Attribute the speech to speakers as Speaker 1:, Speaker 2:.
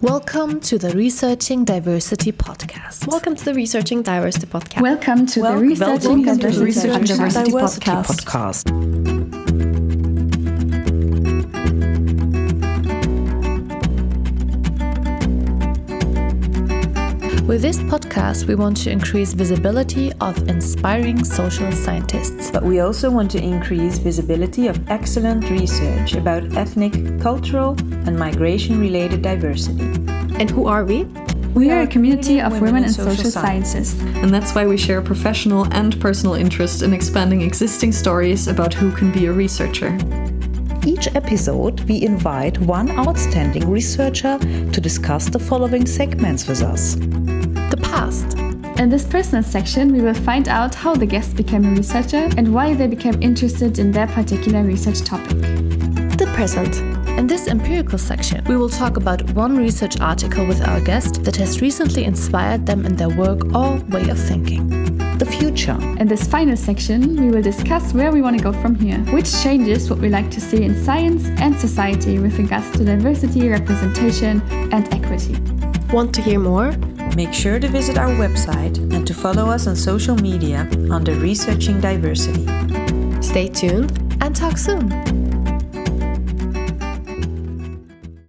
Speaker 1: Welcome to the Researching Diversity Podcast.
Speaker 2: Welcome to the Researching Diversity Podcast.
Speaker 3: Welcome to the Researching
Speaker 1: Welcome to the
Speaker 3: Diversity,
Speaker 1: Researching
Speaker 3: Diversity
Speaker 1: Diversity
Speaker 3: Podcast.
Speaker 1: Podcast. With this podcast, we want to increase visibility of inspiring social scientists.
Speaker 4: but we also want to increase visibility of excellent research about ethnic, cultural, and migration related diversity.
Speaker 2: And who are we?
Speaker 3: We are a community of women in social sciences.
Speaker 5: And that's why we share professional and personal interest in expanding existing stories about who can be a researcher.
Speaker 6: Each episode, we invite one outstanding researcher to discuss the following segments with us.
Speaker 1: The past,
Speaker 3: In this personal section, we will find out how the guest became a researcher and why they became interested in their particular research topic.
Speaker 2: The present.
Speaker 1: In this empirical section, we will talk about one research article with our guest that has recently inspired them in their work or way of thinking.
Speaker 6: The future,
Speaker 3: In this final section, we will discuss where we want to go from here, which changes would we like to see in science and society with regards to diversity, representation, and equity.
Speaker 2: Want to hear more?
Speaker 4: Make sure to visit our website and to follow us on social media under Researching Diversity.
Speaker 2: Stay tuned.
Speaker 1: And talk soon.